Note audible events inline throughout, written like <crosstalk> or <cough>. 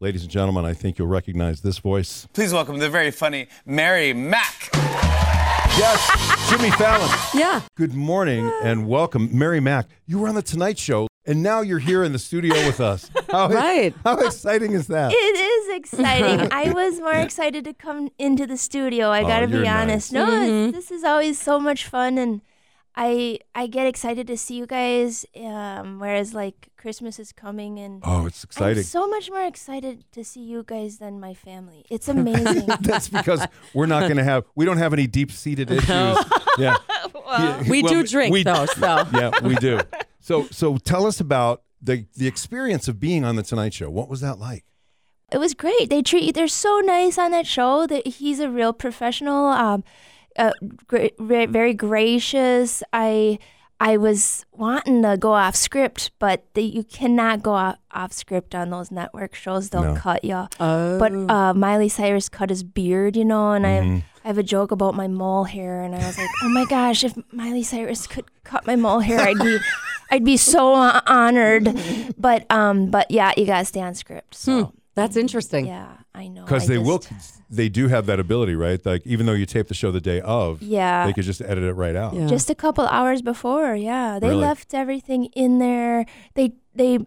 Ladies and gentlemen, I think you'll recognize this voice. Please welcome the very funny Mary Mack. Yes, Jimmy Fallon. Yeah. Good morning and welcome, Mary Mack. You were on the Tonight Show, and now you're here in the studio with us. How, Right. How exciting is that? <laughs> It is exciting. I was more excited to come into the studio. I Oh, gotta you're be nice. honest. No, it's, this is always so much fun, and I I get excited to see you guys. Um, whereas like Christmas is coming, and oh, it's I'm exciting. so much more excited to see you guys than my family. <laughs> It's amazing. <laughs> That's because we're not going to have we don't have any deep seated issues. <laughs> Yeah. Yeah, We well, do drink we- though, so <laughs> Yeah, we do. So, so tell us about the the experience of being on the Tonight Show. What was that like? it was great. They treat you. They're so nice on that show. That he's a real professional. Um, uh, gra- re- very gracious. I I was wanting to go off script, but the, you cannot go off, off script on those network shows. No. They'll cut you. But uh, Miley Cyrus cut his beard, you know, and I. I have a joke about my mole hair, and I was like, "Oh my gosh, if Miley Cyrus could cut my mole hair, I'd be, I'd be so uh, honored." But, um, but yeah, you gotta stay on script. Hmm. So that's interesting. yeah, I know. Because I they will, just- they do have that ability, right? Like even though you tape the show the day of, Yeah. they could just edit it right out. Yeah. Just a couple hours before, yeah, they Really? left everything in there. They they,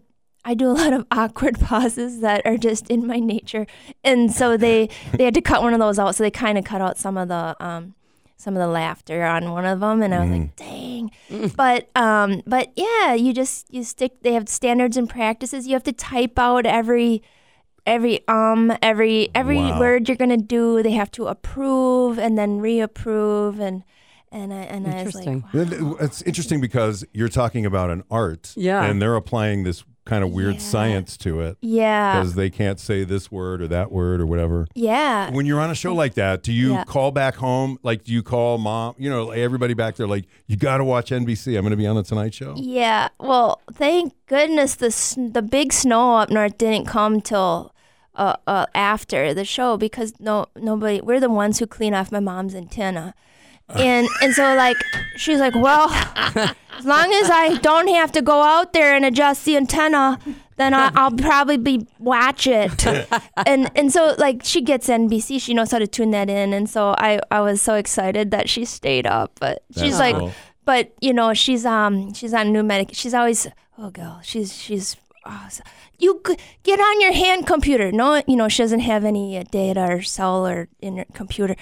I do a lot of <laughs> awkward pauses that are just in my nature, and so they they had to cut one of those out. So they kind of cut out some of the um some of the laughter on one of them, and I was like, dang. But um, but yeah, you just you stick. They have standards and practices. You have to type out every every um every every Wow. word you're gonna do they have to approve and then reapprove and and i and i was like Interesting. wow. Then It's interesting because you're talking about an art, Yeah. and they're applying this kind of weird Yeah. science to it yeah because they can't say this word or that word or whatever. yeah When you're on a show like that, do you Yeah. call back home? Like, do you call mom? You know, like, everybody back there, like, you got to watch NBC. I'm going to be on the Tonight Show. yeah well thank goodness the sn- the big snow up north didn't come till uh, uh after the show because no nobody we're the ones who clean off my mom's <laughs> antenna and and so like she's like well as long as i don't have to go out there and adjust the antenna <laughs> then I, i'll probably be watch it and and so like she gets nbc she knows how to tune that in and so i i was so excited that she stayed up but she's That's like cool. but you know she's um she's on new medic she's always oh girl she's she's oh, so- you g- get on your hand computer no you know she doesn't have any uh, data or cell or in her computer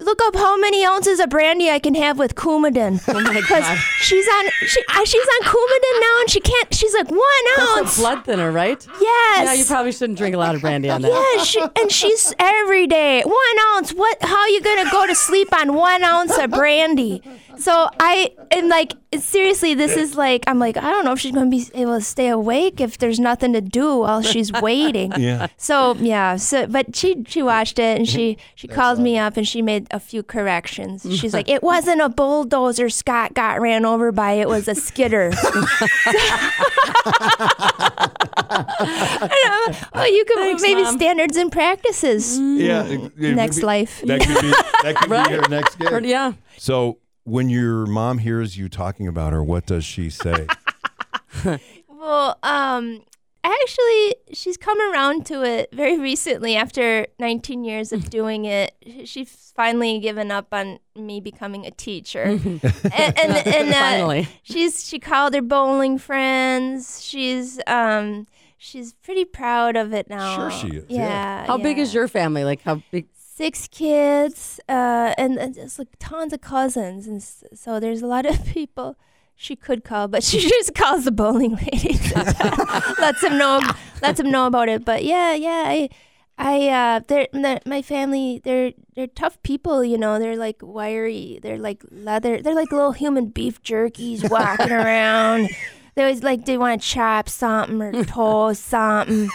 Look up how many ounces of brandy I can have with Coumadin. Oh <laughs> my God. She's on she, uh, she's on Coumadin now, and she can't. She's like one That's ounce. a blood thinner, right? yes. Yeah, you probably shouldn't drink a lot of brandy on that. Yeah, she, and she's every day one ounce. What? How you gonna go to sleep on one ounce of brandy? So I and like seriously, this is like I'm like I don't know if she's gonna be able to stay awake if there's nothing to do while she's waiting. Yeah. So yeah, so but she she watched it and she she called me up and she made a few corrections. She's like, it wasn't a bulldozer Scott got ran over by. It was a <laughs> skitter. And I'm like, oh, you could Thanks, maybe Mom. standards and practices. Yeah. Next life. That could be, that <laughs> could Right. be your next gig. Or- yeah. So when your mom hears you talking about her, what does she say? Well, um, actually, she's come around to it very <laughs> recently after 19 <laughs> years of doing it. Sh- She's finally given up on me becoming <laughs> a teacher. and and, and uh, Finally. she's she called her bowling friends. She's um she's pretty proud of it now. Sure she is, yeah. Yeah. How big yeah. is your family? Like how big? six kids uh, and, and just like tons of cousins and s- so there's a lot of <laughs> people she could call but she <laughs> just calls the bowling lady <laughs> lets them know lets them know about it but yeah yeah i i uh they're, they're- my family they're they're tough people you know they're like wiry they're like leather they're like little human beef jerkies walking around they always like they want to chop something or toast something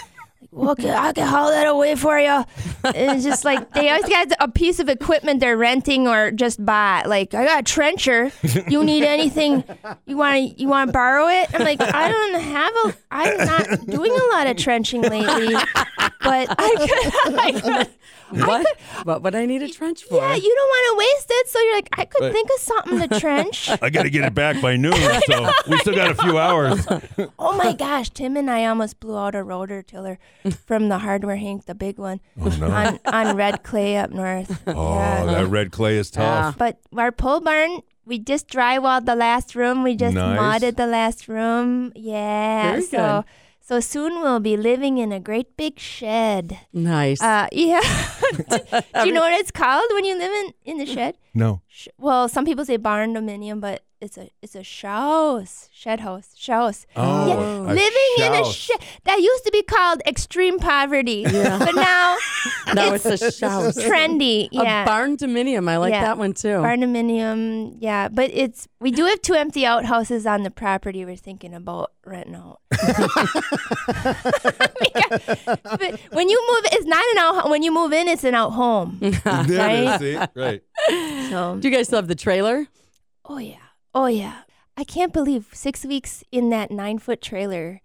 well, can- I can haul that away for you. And it's just like they always got a piece of equipment they're renting or just bought. Like I got a trencher. You need anything? You want to you want to borrow it? I'm like I don't have a. I'm not doing a lot of trenching lately. but I could, <laughs> I could What? what would I need a trench for? yeah, you don't want to waste it, so you're like, I could Right. think of something to trench. <laughs> I got to get it back by noon, so we still got a few <laughs> hours. oh my gosh, Tim and I almost blew out a rotor tiller from the hardware hank, the big one, on, on red clay up north. Oh, Yeah. that red clay is tough. But our pole barn, we just drywalled the last room. We just Nice. modded the last room. Yeah. Very so good. so soon we'll be living in a great big shed. nice. Uh, <laughs> yeah. <laughs> Do you know what it's called when you live in in the shed? No, Sh- well, some people say barn dominium, but it's a it's a house, shed house, house. Oh, yeah, a living in a shouse. shed that used to be called extreme poverty, <laughs> but now no, it's a <laughs> shouse. trendy. Yeah, A barn dominium. I like Yeah. that one too. Barnuminium, yeah, but it's we do have two empty outhouses on the property we're thinking about renting out. <laughs> but when you move, it's not an out. When you move in, it's an out <laughs> home. There it is, Right? see? right. <laughs> So, Do you guys still have the <laughs> trailer? oh yeah, oh yeah. I can't believe six weeks in that nine foot trailer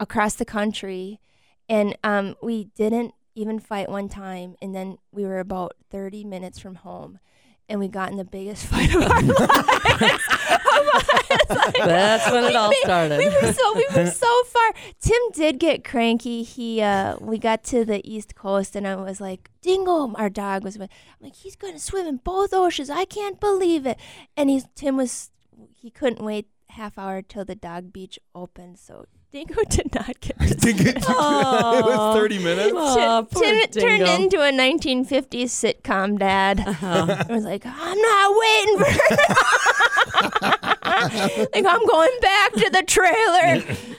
across the country, and um, we didn't even fight one time. And then we were about thirty minutes from home, and we got in the biggest <laughs> fight of our That's when it all We started. were so we <laughs> were so far. Tim did get cranky. He uh we got to the east coast and I was like, Dingo, our dog was with I'm like, he's gonna swim in both oceans. I can't believe it. And he's Tim was he couldn't wait half hour till the dog beach opened, so Dingo <laughs> did not get to Did it- it was 30 minutes. <laughs> Aw, poor Tim it turned dingo. Uh-huh. into a 1950s sitcom dad. <laughs> I was like, I'm not waiting <laughs> <laughs> for like I'm going back to the trailer.